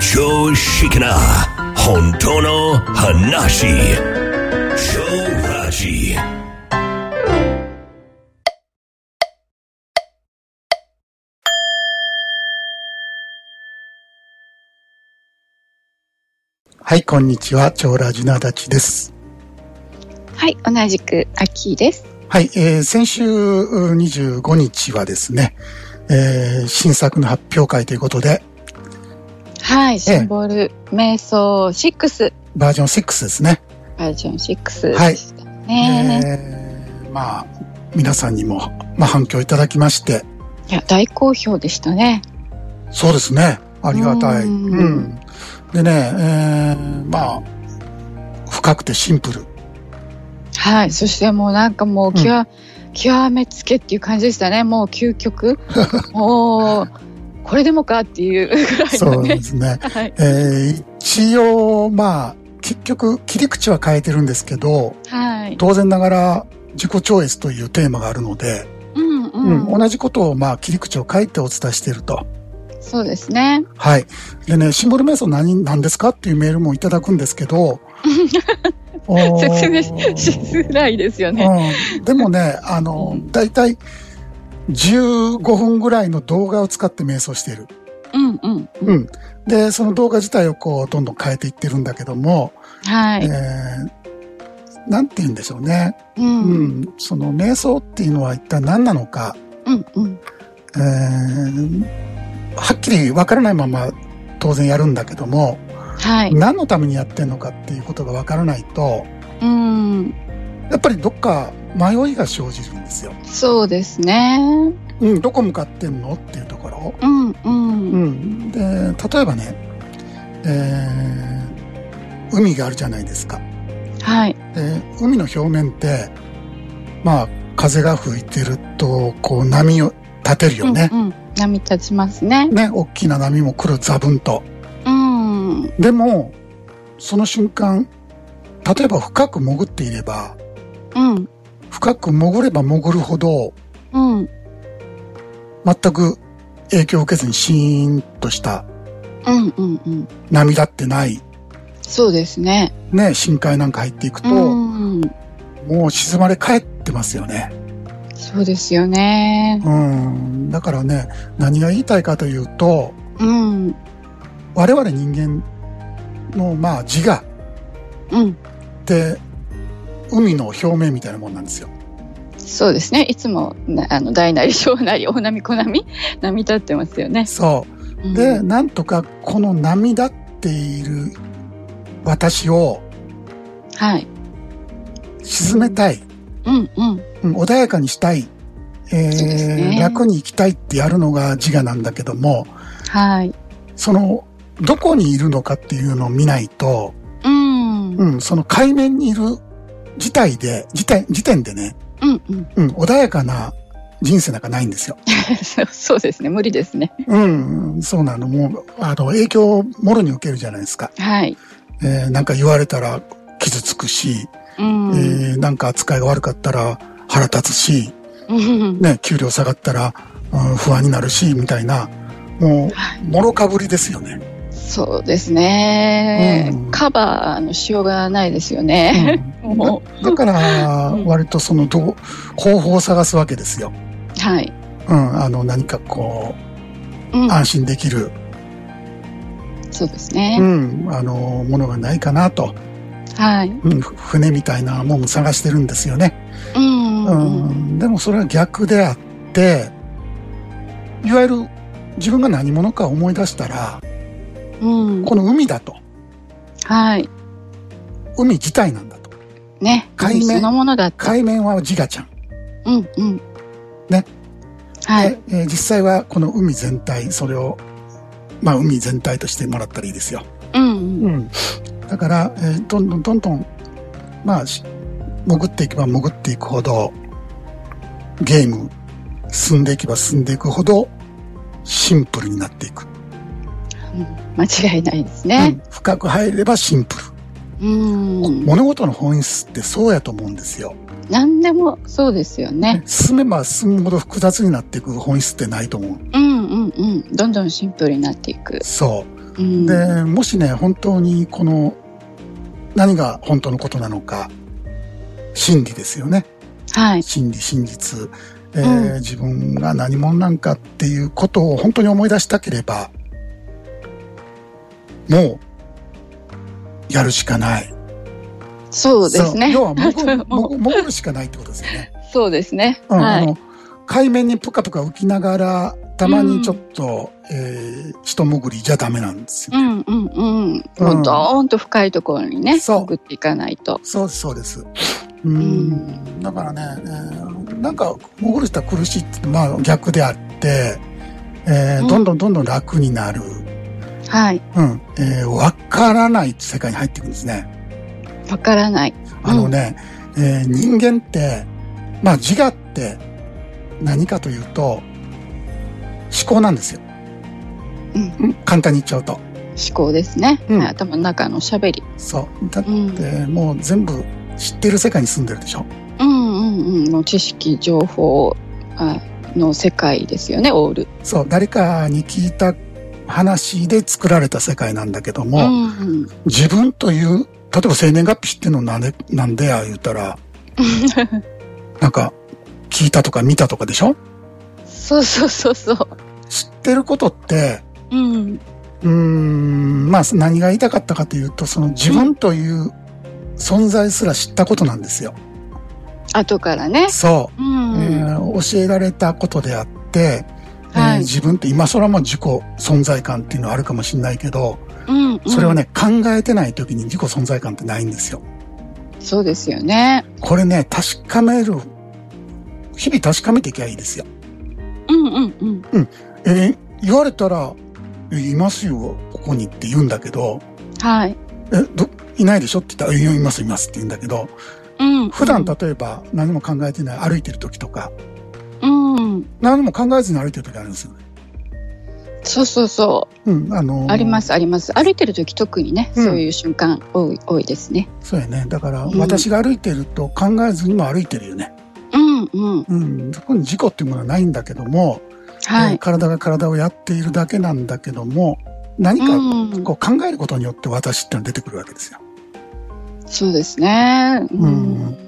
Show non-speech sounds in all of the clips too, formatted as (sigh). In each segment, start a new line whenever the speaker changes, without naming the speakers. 超識な本当の話超ラジ
はい、こんにちは。長ラジの足立です。
はい、同じく秋です。
はい、えー先週う25日はですね、えー新作の発表会ということで、
はい、シンボル瞑想6
バージョン6ですね。
バージョン6
はい
でしたね。
えーまあ、皆さんにも、まあ、反響いただきまして、
いや大好評でしたね。
そうですね。ありがたい。う
うん
ん,、でね、えーまあ、深くてシンプル。
はい、そしてもうなんかもう極,、極めつけっていう感じでしたね。もう
(laughs)
究極、もうこれでもかっていうぐらい
そ
の
う
ね
で。すね。
はい、
えー一応、まあ、結局、切り口は変えてるんですけど、
はい、
当然ながら自己超越というテーマがあるので、
うんう
うん
ん、
同じことをまあ切り口を書いてお伝えしていると。
そうですね。
はい。でね、シンボル瞑想何、何ですかっていうメールもいただくんですけど、おー
(laughs) 説明ししづらいですよね。
うん、でもね、あの、だいたい15分ぐらいの動画を使って瞑想している。
うんうん、
うん。で、その動画自体をこう、どんどん変えていってるんだけども、
はい、
えーなんて言うんでしょうね。
うん
う
うん
ん。その瞑想っていうのは一体何なのか、
うん、
えーはっきりわからないまま当然やるんだけども、
はい、
何のためにやってるのかっていうことがわからないと
うん、
やっぱりどっか迷いが生じるんですよ。
そうですね。
うん、どこ向かってんのっていうところ。
うんう
うんん、で例えばね、えー海があるじゃないですか。
はい
で海の表面ってまあ風が吹いてるとこう波を立てるよね。
うんうん、波立ちますね
ね大きな波も来るザブンと。
うんうん
でもその瞬間例えば深く潜っていれば
うん
深く潜れば潜るほど
うん
全く影響を受けずにシーンとした
うんうん
波立ってない、
そうですね
ね、深海なんか入っていくと、
うん
もう沈まれ帰ってますよね。
そうですよね
うん。だからね、何が言いたいかというと、
うん
我々人間の、まあ、自我っ
うん
て、海の表面みたいなもんなんですよ。
そうですねいつもなあの大なり小なり大波小波波立ってますよね
そうう。
ん
で、なんとかこの波立っている私を
はい
沈めたい。
うんうん
うん穏やかにしたい、え
そうです
ー
ね
楽に生きたいってやるのが自我なんだけども
はい
そのどこにいるのかっていうのを見ないと、
うんうん
うん、その海面にいる自体で自体時点でね、
うん
うん、穏やかな人生なんかないんですよ。
(laughs) そうそうですね無理ですね
うん、そうなの。もう、あの、影響をもろに受けるじゃないですか。
はい
えーなんか言われたら傷つくし、
うん
えーなんか扱いが悪かったら腹立つし、
うん
ね、給料下がったら、うん不安になるし、みたいな、も、
はいう
もろかぶりですよね。
そうですね、
うん
カバーのしようがないですよね、
うん
も
だだから、
うん
割とそのどう、方法を探すわけですよ。
うはい、
うん、あの、何かこ
うん
う、、安心できる、
そうです
う
ね、
ん、あの、ものがないかなと、
はい、
うん、ふ船みたいなものを探してるんですよね。
うん、
う
うん
ん、でもそれは逆であって、いわゆる自分が何者か思い出したら、
うん、
この海だと、
はい、
海自体なんだと。
ね、
海面
そのものだった、
海面は自我ちゃん。
うん、うん、
ね、
はい、
でえー実際はこの海全体、それを、まあ海全体としてもらったらいいですよ。
うん、
ん。だから、えーどんどんどんどん、まあ、し潜っていけば潜っていくほど、ゲーム、進んでいけば進んでいくほど、シンプルになっていく。
間違いないです
う
ね、
ん深く入ればシンプル。
うん、
物事の本質ってそうやと思うんですよ。
何でもそうですよね、
進めば進むほど複雑になっていく本質ってないと思う。
うん、うん、うん、どんどんシンプルになっていく、
そ
うん
で、もしね、本当にこの、何が本当のことなのか、真理ですよね。
はい。
真理、真実。えー自分が何者なんかっていうことを本当に思い出したければ、もう、やるしかない。
そうですね
そう。要は
(laughs)
潜る
も
潜潜るしかないってことですよね。
(laughs) そうですね。
うん
は
あ
い。
の海面にぷかぷか浮きながら、たまにちょっと、えー、一潜りじゃダメなんですよ。
うんうんうん。もうどーんと深いところにね、
そう
潜っていかないと。
そうです、そうです。うん
ん
だからね、えーなんか潜る人は苦しいって、まあ逆であって、えー
うん
どんどんどんどん楽になる。
はい。
うん。えーわからない世界に入っていくんですね。
わからない。
あのね、えー人間って、まあ自我って何かというと、思考なんですよ。
うん
うん簡単に言っちゃうと。
思考ですね。
うん
はい頭の中の喋り。
そう。だっ
うん。
て、もう全部知ってる世界に住んでるでしょ。
うんうんうん。もう知識、情報あの世界ですよね、オール。
そう。誰かに聞いた話で作られた世界なんだけど
う
も、
んうん。
自分という、例えば生年月日知ってんのなんで、なんでや言うた
(laughs)
ら、なんか、聞いたとか見たとかでしょ
そうそうそうそう。
知ってることって、
うん。
うーん、まあ何が言いたかったかというと、その自分という存在すら知ったことなんですよ。
後からね。
そうう、
ん。
えー教えられたことであって、えー
はい
自分って今空も自己存在感っていうのはあるかもしれないけど、
うん。
それはね、考えてない時に自己存在感ってないんですよ。
うん。そうですよね。
これね、確かめる、日々確かめていきゃいいですよ。
うんうんうん。
えー言われたら、えいますよ、ここにって言うんだけど、
はい。
え、ど、いないでしょって言ったら、えいます、いますって言うんだけど、
うん。
普段例えば何も考えてない歩いてる時とか
うん。
何も考えずに歩いてる時あるんですよね。
そうそうそ
うん、あの
う。
ー
ありますあります。歩いてる時特にね、
うん
そういう瞬間多い多いですね。
そうやね。だから
うん
私が歩いてると考えずにも歩いてるよね。
うんうん。
うん、そこに事故っていうものはないんだけども、
は
えー
い。
体が体をやっているだけなんだけども、何
う
か
ん。
こう考えることによって私っていうのが出てくるわけですよ。
そうですね。う。
うん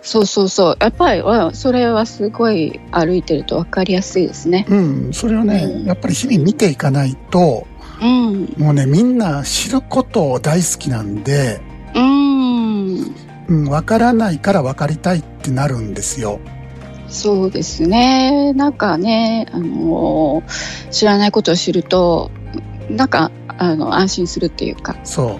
そうそうそう。やっぱりわそれはすごい歩いてるとわかりやすいですね。
うん、それをね、やっぱり日々見ていかないと、
うん。
もうね、みんな知ることを大好きなんで、
うん。
うん、わからないからわかりたいってなるんですよ。
そうですね。なんかね、あのー知らないことを知ると、なんかあの安心するっていうか。
そ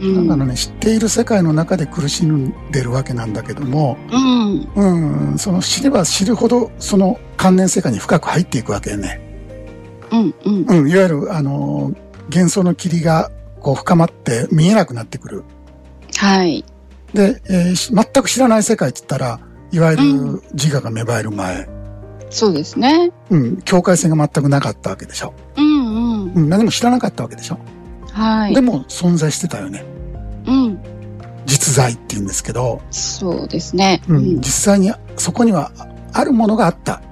う。
う
だ
ん。
からね、知っている世界の中で苦しんでるわけなんだけども、
うん。
うん、その知れば知るほど、その関連世界に深く入っていくわけよね。
うんうん。
うん、いわゆる、あのー幻想の霧が、こう、深まって見えなくなってくる。
はい。
で、えーし全く知らない世界って言ったら、いわゆ
う
る自我が芽生える前、
そうですね。
うん、境界線が全くなかったわけでしょ。
うんうん。
うん、何も知らなかったわけでしょ。
はい
で。も、存在してたよね。
うん。
実在って言うんですけど、
そうですね。
う、
うんん。
実際にそこにはあるものがあった。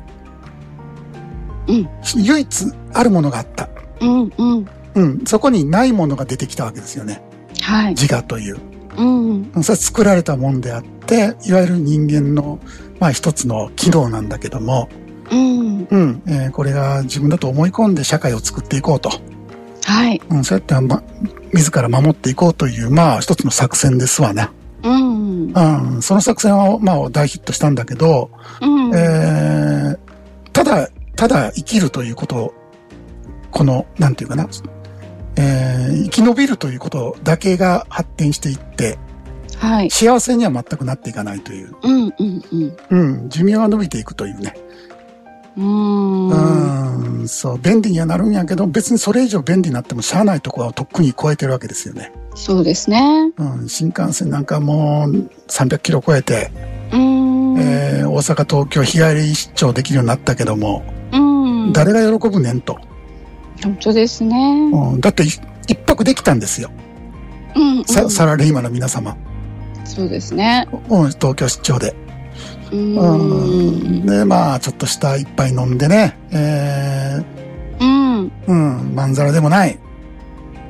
うん
唯一あるものがあった。
うんうん。
うん、そこにないものが出てきたわけですよね。
はい。
自我という。
うん。
それは作られたもんであって、いわゆる人間の、まあ一つの機能なんだけども、
うん。
うん、えーこれが自分だと思い込んで社会を作っていこうと。
はい。
うん、そうやって、ま、自ら守っていこうという、まあ一つの作戦ですわね。
うん。
うん、その作戦は、まあ大ヒットしたんだけど、
うん。
えーただ、ただ生きるということを、この、なんていうかな、えー生き延びるということだけが発展していって、
はい。
幸せには全くなっていかないという、
うんうんうん。
うん、寿命は伸びていくというね、
うん。
う
は
ん、そう、便利にはなるんやけど、別にそれ以上便利になってもしゃあないところはとっくに超えてるわけですよね。
いそうですね。
うん、新幹線なんかもう300キロ超えて、
うん。
えー大阪、東京、日帰り出張できるようになったけども、
うん。
誰が喜ぶねんと。
本当ですね。
うん、だってい一泊できたんですよ。
うんうん。
さサラリーマンの皆様。
そうですね。
うん東京出張で。
う
うん、
ん。
で、まあ、ちょっとした一杯飲んでね、え
うん。
ー、うん、まんざらでもない。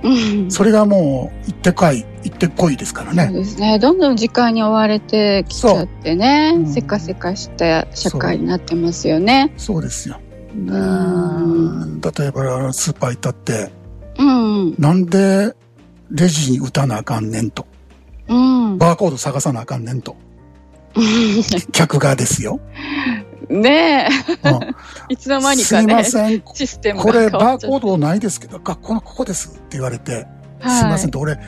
うん
それがもう行ってこい行ってこいですから
そ
ね
うですね。どんどん時間に追われてきちゃってね、
そううん
せかせかした社会になってますよね。
そうですよ
うん。
例えばスーパー行ったって
うん。
なんでレジに打たなあかんねんと
うん。
バーコード探さなあかんね
(laughs)
んと客がですよ、
ね
う
え、いつの間
ん、
に
す
か
いま
ね、
せん
システム
こ
が変
れ
わ
バ
っち
ー
ゃ
コ
っ
ードないですけどあこのここですって言われて、
て。
すいません
は
と俺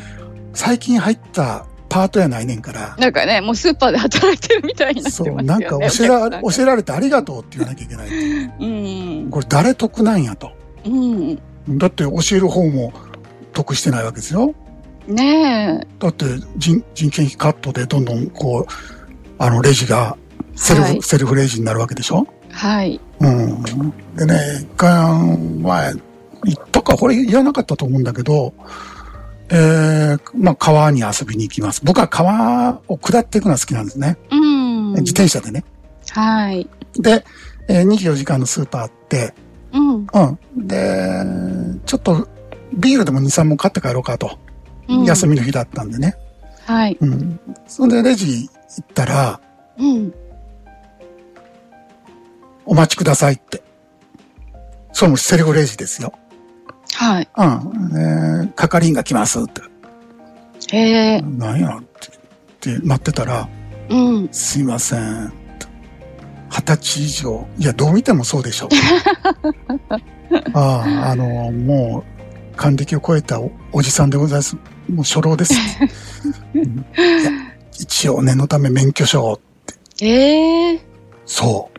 最近入ったパートやないねんから
い。なんかね、もうスーパーで働いてるみたいになってます
そ
よ
う、
ね。
なんか
お
教えら、
客
教えられてありがとうって言わなきゃいけない。
さんうん。
これ誰得なんやと。
うん。
だって教える方も得してないわけですよ。
ねえ。
だって人人件費カットでどんどんこう、あのレジがセルフ、
はい
セルフレジになるわけでしょ
はい。
うん。でね、一回前、言ったか、これ言わなかったと思うんだけど、えー、まあ川に遊びに行きます。僕は川を下っていくのは好きなんですね。
うん。
自転車でね。
はい。
で、えー、24時間のスーパーあって、
うん。
うん。で、ちょっと、ビールでも2、3本買って帰ろうかと。
うん
休みの日だったんでね。
はい。
うん。そんで、レジ行ったら、
うん。
お待ちくださいって。それもセルフレジですよ。
はい。
うん。で係員が来ますって。
へえ。
なんやって、って待ってたら、
うん。
すいません。二十歳以上。いや、どう見てもそうでしょう。ああ、あの、もう、還暦を超えたおおじさんでございます。もう初老です。うんいや一応念のため免許証。
ええ。
そ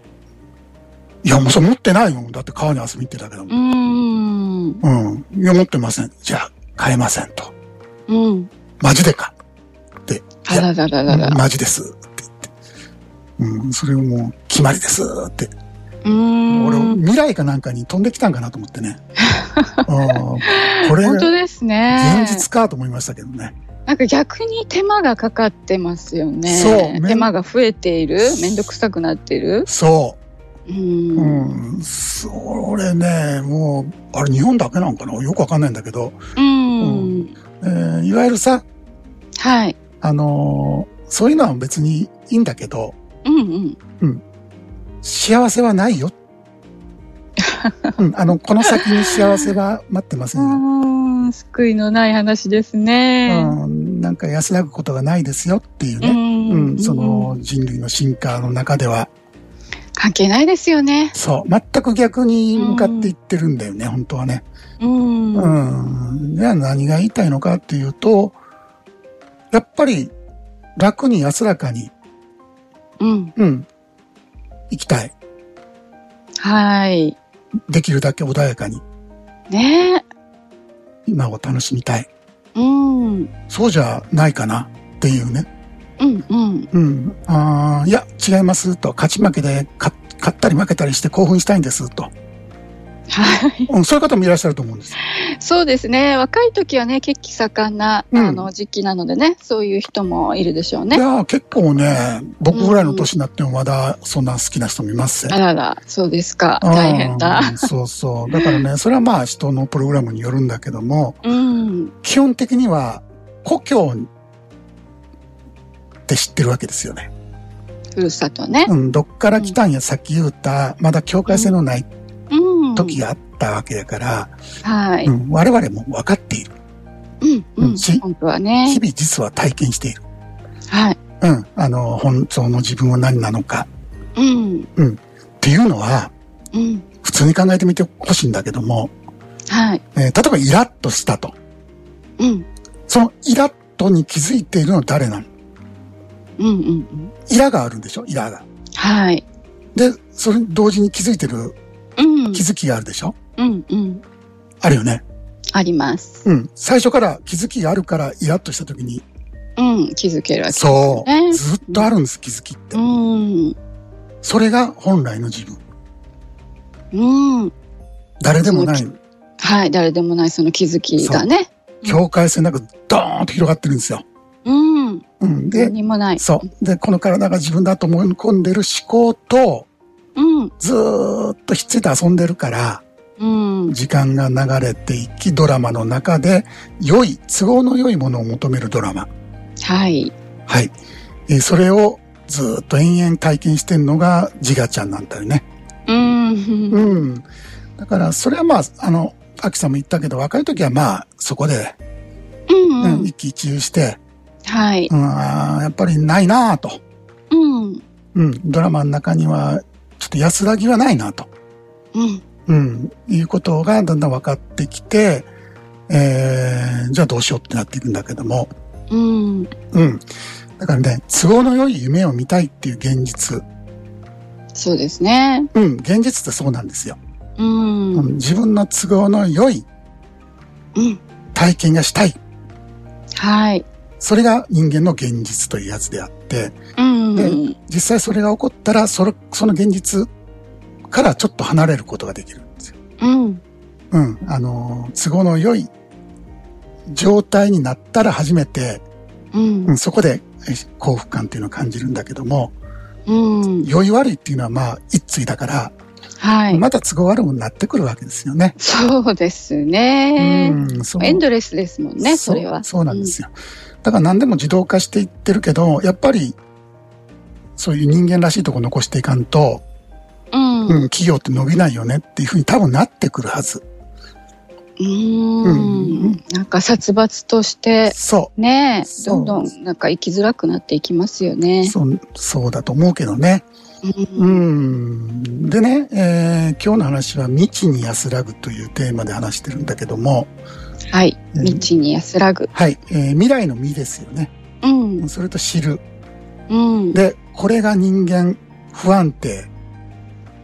う。いや、もうそれ持ってないよ。だって川に遊びに行ってたけど
う
も。
ん。
うん。いや、持ってません。じゃあ、買えませんと。
うん。
マジでか。
あららららら。
マジです。って言って。うん、それをもう、決まりです。って。
うーん。
俺、未来かなんかに飛んできたんかなと思って
(laughs)
ね。あーこれ、
本当
現
ですね。
実かと思いましたけどね。
なんか逆に手間がかかってますよね。
そうめん
手間が増えている。めんどくさくなってる。
そうう。
ん。うん。
うん、それね、もう、あれ日本だけなんかなよくわかんないんだけど、えーいわゆるさ、
はい。
あのーそういうのは別にいいんだけど、
うんうん。
幸せはない
(laughs)
よ。うん、あの、この先に幸せは待ってませんよ。
うーん。救いのない話ですね。
うん、なんか安らぐことがないですよっていう
う
ね。
ん。
うん、その人類の進化の中では、
関係ないですよね。
そう、全く逆に向かっていってるんだよね、本当はね。
うん。う
う
ん。
ん。じゃあ何が言いたいのかっていうと、やっぱり楽に安らかに、うん、行きたい。
はい。
できるだけ穏やかに、
ね
今を楽しみたい。
うん。うん
そうじゃないかなっていうね。
うん。
うん。あーいや、違いますと、勝ち負けでか勝ったり負けたりして興奮したいんですと。
はい。 (laughs)
うん、そういう方もいらっしゃると思うんです。
そうですね。若い時はね、血気盛んな、
うん
あの時期なのでね、そういう人もいるでしょうね
い。やー結構ね、僕ぐらいの年になってもまだそんな好きな人もいます
あ
ね。
らら、そうですか。大変だ。
うん。そうそう。だからね、それはまあ人のプログラムによるんだけども、
うん。
基本的には故郷って知ってるわけですよね。
ふるさとね。
うん、どっから来たんや、さっき言った、まだ境界線のない
うん。
時があったわけだから、
はい。
うん、我々も分かっている。
うん。う
うんんし。
本当は
日
ね。
々実は体験している。
はい。
うん、あの、本当の自分は何なのか
うん。
っていうのは、
うん。
普通に考えてみてほしいんだけども、
はい。
えー例えばイラッとしたと。
うん。
そのイラッとに気づいているのは誰なの
うん。うんうん。
イラがあるんでしょイラが。
はい。
で、それに同時に気づいてる
うん。
気づきがあるでしょ、
うん。うん。
あるよね。
あります。
うん。最初から気づきがあるからイラッとした時に、
うん。気づけるわけ。
そ
ね
う。ずっとあるんです、気づきって
う。ん。
それが本来の自分。
うん。
誰でもない
そ、はい。誰でもないその気づきがね。
境界線なくドーンと広がってるんですよ。
うん。
うん。で、
何もない。
そう。で、この体が自分だと思い込んでる思考と、
うん。
ずーっとひっついて遊んでるから、
うん。
時間が流れていき、ドラマの中で良い、都合の良いものを求めるドラマ。
はい。
はい。えーそれをずっと延々体験してんのがジガちゃんなんだよね。
うん。
うん。だから、それはまあ、あの、アキさんも言ったけど、若い時はまあ、そこで、
うん
う
うんん。
一喜一憂して、
はい。
うん、あーやっぱりないなぁと。
うん。
うん、ドラマの中には、ちょっと安らぎはないなと。
うん。
うん、いうことがだんだん分かってきて、えー、じゃあどうしようってなっていくんだけども、
うん。
うん。だからね、都合の良い夢を見たいっていう現実。
そうですね。
うん、現実ってそうなんですよ。
うん。
う、
うんん。
自分の都合の良い体験がしたい。
はい。
それが人間の現実というやつであって、
うん。
で実際それが起こったら、その、その現実からちょっと離れることができるんですよ。
うん。
うん。あのー、都合の良い状態になったら初めて、
うん
う。ん、そこでえ幸福感っていうのを感じるんだけども、
うん。
良い悪いっていうのはまあ一対だから、
はい。
また都合悪いものになってくるわけですよね。
そうですね。
うん、そう
エンドレスですもんね、それは。
そう。そうなんですよ。だから何でも自動化していってるけど、やっぱり、そういう人間らしいとこ残していかんと、
うん。
うん、企業って伸びないよねっていうふうに多分なってくるはず。
う
う
ーん
ん
なんか殺伐として
そ
ね
そ
ど
うん
どんなんか生きづらくなっていきますよ
う。
ね。
そう、そうだと思うけどね。
うん
うん。でね、えー今日の話は未知に安らぐというテーマで話してるんだけども、
はい
うん
道に安らぐ。
はい、えー未来の未ですよね。
うん
それと知る。
うん
で、これが人間不安定。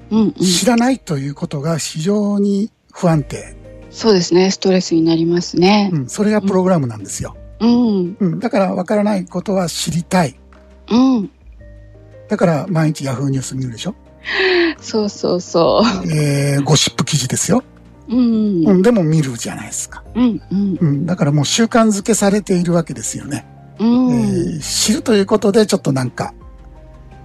うん
知らないということが非常に不安定。
そうですねストレスになりますね
う。ん、それがプログラムなんですよ。
うん
うん、だから分からないことは知りたい。
うん
だから毎日ヤフーニュース見るでしょ
そうそうそ
えー、ゴシップ記事ですよ。
う。うんう
うんん、でも見るじゃないですか。
うん
うん、だからもう習慣づけされているわけですよね。
う
え
ん
ー知るということでちょっとなんか、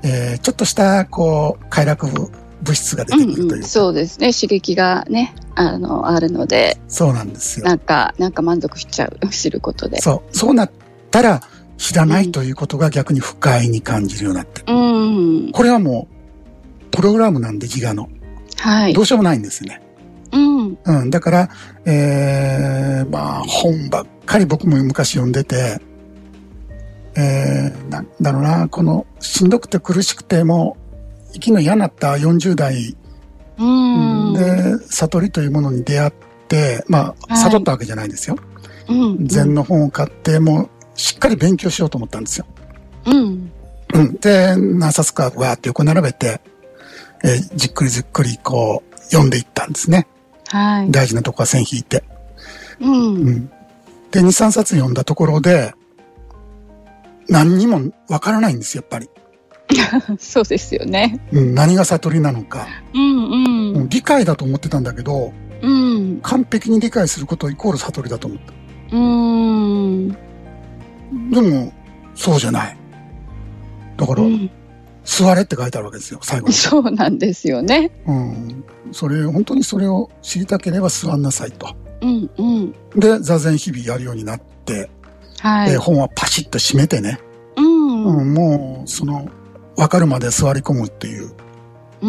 えー、ちょっとした、こう、快楽物質が出
う
てくる
ん
と
う、。
いうん
そうですね刺激がねあのあるので
そうなんですよ。
なんかなんか満足しちゃう知ることで。
そう。そうなったら、知らないということが逆に不快に感じるようになってる。
うん
これはもう、プログラムなんで自我の。
はい
ど。うしようもないんですね。
うん
うん。だから、えー、まあ、本ばっかり僕も昔読んでて、えー、なんだろうな、この、しんどくて苦しくても、生きの嫌になった40代
うん
で、悟りというものに出会って、まあ、
はい
悟ったわけじゃないですよ。
うん
禅の本を買って、もう、しっかり勉強しようと思ったんですよ。
うん
うん。 (clears throat) で、何冊かわーって横並べて、えーじっくりじっくりこう、読んでいったんですね。
はい。
大事なとこは線引いて。
うん
う。ん。で、2、3冊読んだところで、何にもわからないんですよ、やっぱり。
そうですよね。
うん、何が悟りなのか。
うんう。
うんん理解だと思ってたんだけど、
うん。
完璧に理解することイコール悟りだと思った。
うん。
でも、そうじゃない。だから、座れって書いてあるわけですよ、最後に。
そうなんですよね。
うん。それ、本当にそれを知りたければ座んなさいと。
うんうん。
で、座禅日々やるようになって、
はい
で。本はパシッと閉めてね、
うん。
うん、もう、その、わかるまで座り込むっていう。
う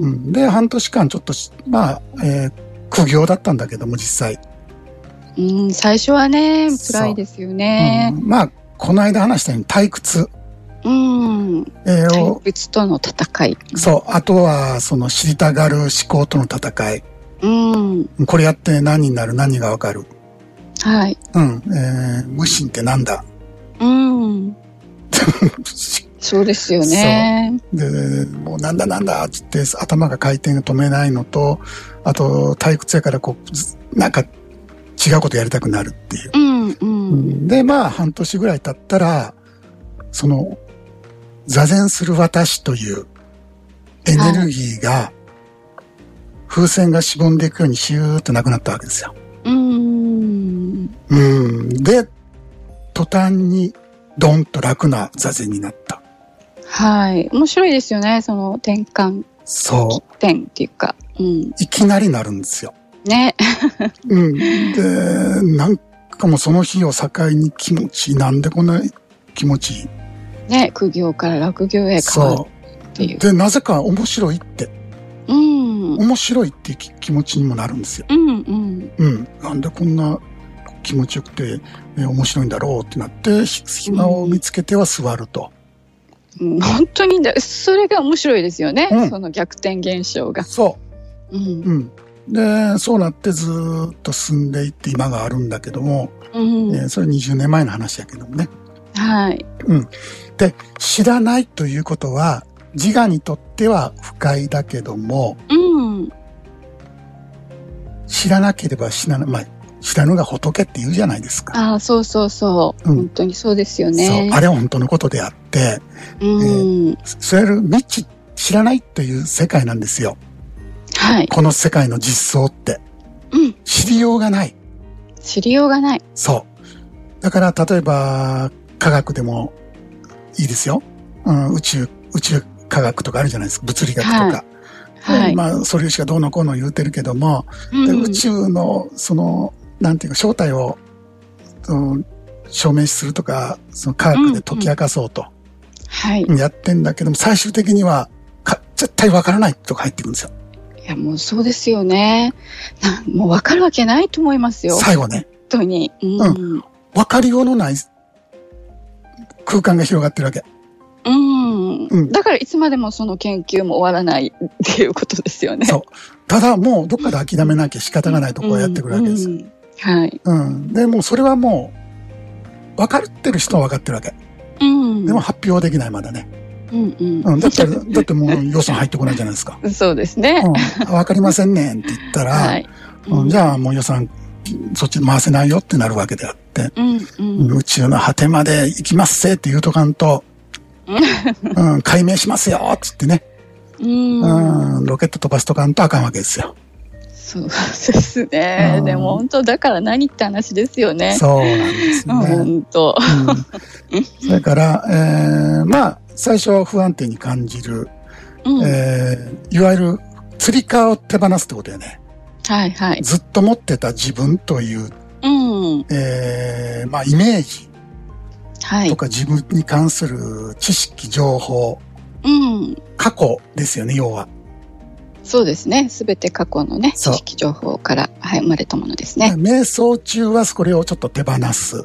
う
うん。
ん、で、半年間ちょっとし、まあ、えー苦行だったんだけども、実際。
最初はね、
そう
辛いですよね。
うん、まあ、この間話したように退屈、
うん。
えー
退
を、
屈との戦い。
そう、あとは、その知りたがる思考との戦い。
うん。
これやって何になる、何がわかる。
はい。
うん、えー無心ってなんだ。
うん。そうですよね。
で、もうなんだなんだっつって頭が回転が止めないのと、あと退屈やからこう、ずなんか違うことやりたくなるっていう。
うんうん。
で、まあ半年ぐらい経ったら、その、座禅する私というエネルギーが、風船がしぼんでいくようにシューッとなくなったわけですよ。
うん。
うん。で、途端にドンと楽な座禅になった。
はい。面白いですよね。その転換
そう。
点っていうか。うん。
いきなりなるんですよ。
ね。 (laughs)
うん。で、なんかもうその日を境に気持ちいい。なんでこんな気持ちいい。
ね。苦行から落行へ変わ
そ。
るっていうう。
で、なぜか面白いって、
うん。
面白いっていう気気持ちにもなるんですよ。
うんうん。
うん。なんでこんな気持ちよくて、えー面白いんだろうってなって、ひ暇を見つけては座ると。
うん本当にだ、それが面白いですよね。
うん
その逆転現象が。
そ
うん
う。。うん。で、そうなってずーっと進んでいって今があるんだけども、
うん。
えーそれ20年前の話やけどもね。
はい。
知らないということは、自我にとっては不快だけども、
うん。
知らなければ知らない、まあ、知らぬが仏って言うじゃないですか。
ああ、そうそうそう。
うん
本当にそうですよ
そう
ね。
あれは本当のことであって、
うん。
それ未知、知らないという世界なんですよ。
はい。
この世界の実相って。
うん。
知りようがない。
知りようがない。
そう。だから、例えば、科学でもいいですよ。うん、宇宙、宇宙科学とかあるじゃないですか。物理学とか。
はい。
まあ、素粒子がどうのこうの言うてるけども、
うん
で宇宙のそのなんていうか正体を、うん証明するとかその科学で解き明かそうと
はい。い
やってんだけども、最終的にはか絶対わからないとか入ってくるんですよ
や、もうそうですよね。なんもう分かるわけないと思いますよ。
最後ね
本当に。うん。
分かりようのない空間が広がってるわけ
うん。
うん
だからいつまでもその研究も終わらないっていうことですよね。
そうただもうどっかで諦めなきゃ仕方がないとこうやってくるわけです
う
よ、
んうんはい。
うん、でもうそれはもう分かってる人は分かってるわけ
うん。
でも、発表できないまだね、
うんうん。
うん、だったらだってもう予算入ってこないじゃないですか
そうですね。
うん、わかりませんねんって言ったら、
はい。
うん、じ
ゃ
ゃあもう予算、そっち回せないよってなるわけであって、
うんうん。
宇宙の果てまで行きますぜって言うとかんと、うん、解明しますよっつってね、
うん。
うん、ロケット飛ばしとかんとあかんわけですよ。
そうですね
う。ん
でも本当だから何って話ですよね。
そうなんです
う
ね
ん。本当。
うん、それから、えー、まあ、最初は不安定に感じる、
うん。
えー、いわゆる釣り革を手放すってことやね。
はいはい。
ずっと持ってた自分という、
うん。
えー、まあ、イメージ。
は
と
い。
か自分に関する知識、情報、
うん。
過去ですよね、要は。
そうですね。すべて過去のね、知
そう
識情報から、はい、生まれたものですね。
瞑想中はこれをちょっと手放す。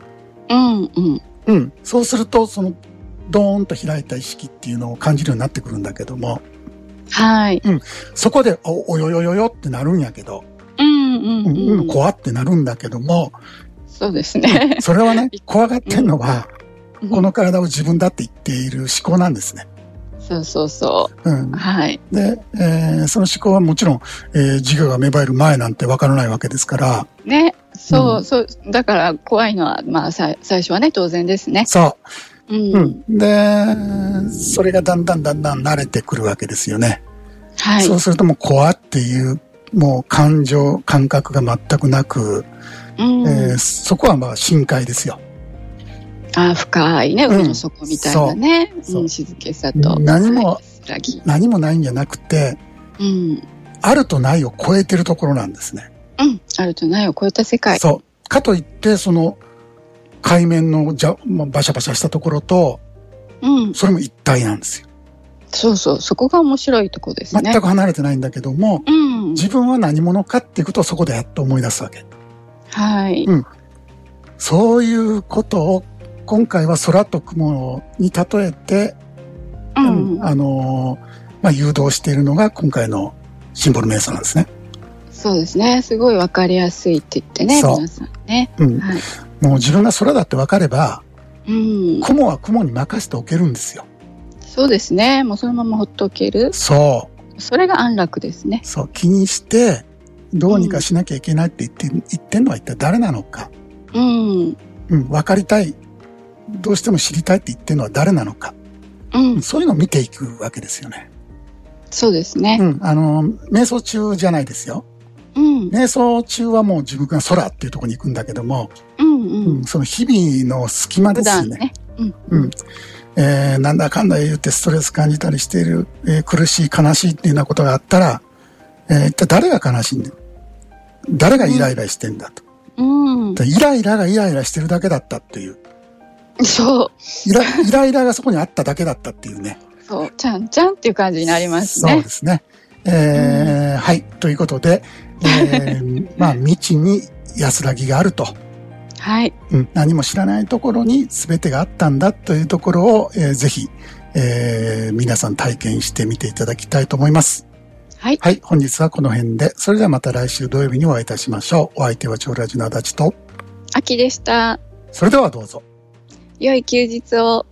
うんうん。
うん。そうすると、その、ドーンと開いた意識っていうのを感じるようになってくるんだけども、
はい。
そこで、お、およよよよってなるんやけど、
うんう
うん
んう
うんん、。怖ってなるんだけど
(laughs)
も、
そうですね。
それはね、怖がってんのは、 (laughs) こ
の。
の体を自分だって言っている思考なんですね。
そうそうそうう。
ん。
はい。
で、えーその思考はもちろん、えー、自我が芽生える前なんてわからないわけですから、
ね。そううそう。だから怖いのは、まあ、さい最初はね、当然ですね。
そう、
う。
うんん、で、それがだんだんだんだん慣れてくるわけですよね。
はい
そ。うするともう怖っていう、もう感情、感覚が全くなく、
うん
えーそこはまあ深海ですよ。
あー深いね、
うん
海の底みたいなね、
そう
うん静けさと
何も
安らぎ、
何もないんじゃなくて、
うん
あるとないを超えてるところなんですね。
うん、あるとないを超えた世界
そう。かといって、その、海面のじゃ、まあバシャバシャしたところと、
う、ん、
それも一体なんですよ。
そうそうそこが面白いとこですね
全く離れてないんだけども、
うん
自分は何者かっていうことをそこでやっと思い出すわけ。
はい、
そういうことを今回は空と雲に例えて、
うん
あのーまあ、誘導しているのが今回のシンボル瞑想なんですね。
そうですねすごいわかりやすいって言ってね
そう
皆さんね
うん、
はい
もう自分が空だって分かれば、
うん、
雲は雲に任せておけるんですよ。
そうですねもうそのままほっとける
そ
それが安楽ですね
う、そう、気にして、どうにかしなきゃいけないって言って、言ってんのは一体誰なのか。
うん
うん、分かりたい。どうしても知りたいって言ってるのは誰なのか。
うん
そういうのを見ていくわけですよね。
そうですね
うん、あのー、瞑想中じゃないですよ。
うん
瞑想中はもう自分が空っていうところに行くんだけども、
うんう
うんん、その日々の隙間です
普
よ
段
ね。
ねうん
うんえーなんだかんだ言ってストレス感じたりしている、えー苦しい、悲しいっていうようなことがあったら、ええー一体誰が悲しんでる誰がイライラしてんだと。
うん。
でイライラがイライラしてるだけだったっていう。
そ
イ
(laughs)
ライライラがそこにあっただけだったっていうね。
う。そう。ちゃんちゃんっていう感じになります
そう
ね
で。すね。えーはい。ということで、え
(laughs)
ーまあ、未知に安らぎがあると。
はい。
うん、何も知らないところに全てがあったんだというところを、えーぜひ、えー皆さん体験してみていただきたいと思います。
はい。
はい、本日はこの辺で、それではまた来週土曜日にお会いいたしましょう。お相手は超ラジの足立と、
秋でした。
それではどうぞ。
良い休日を。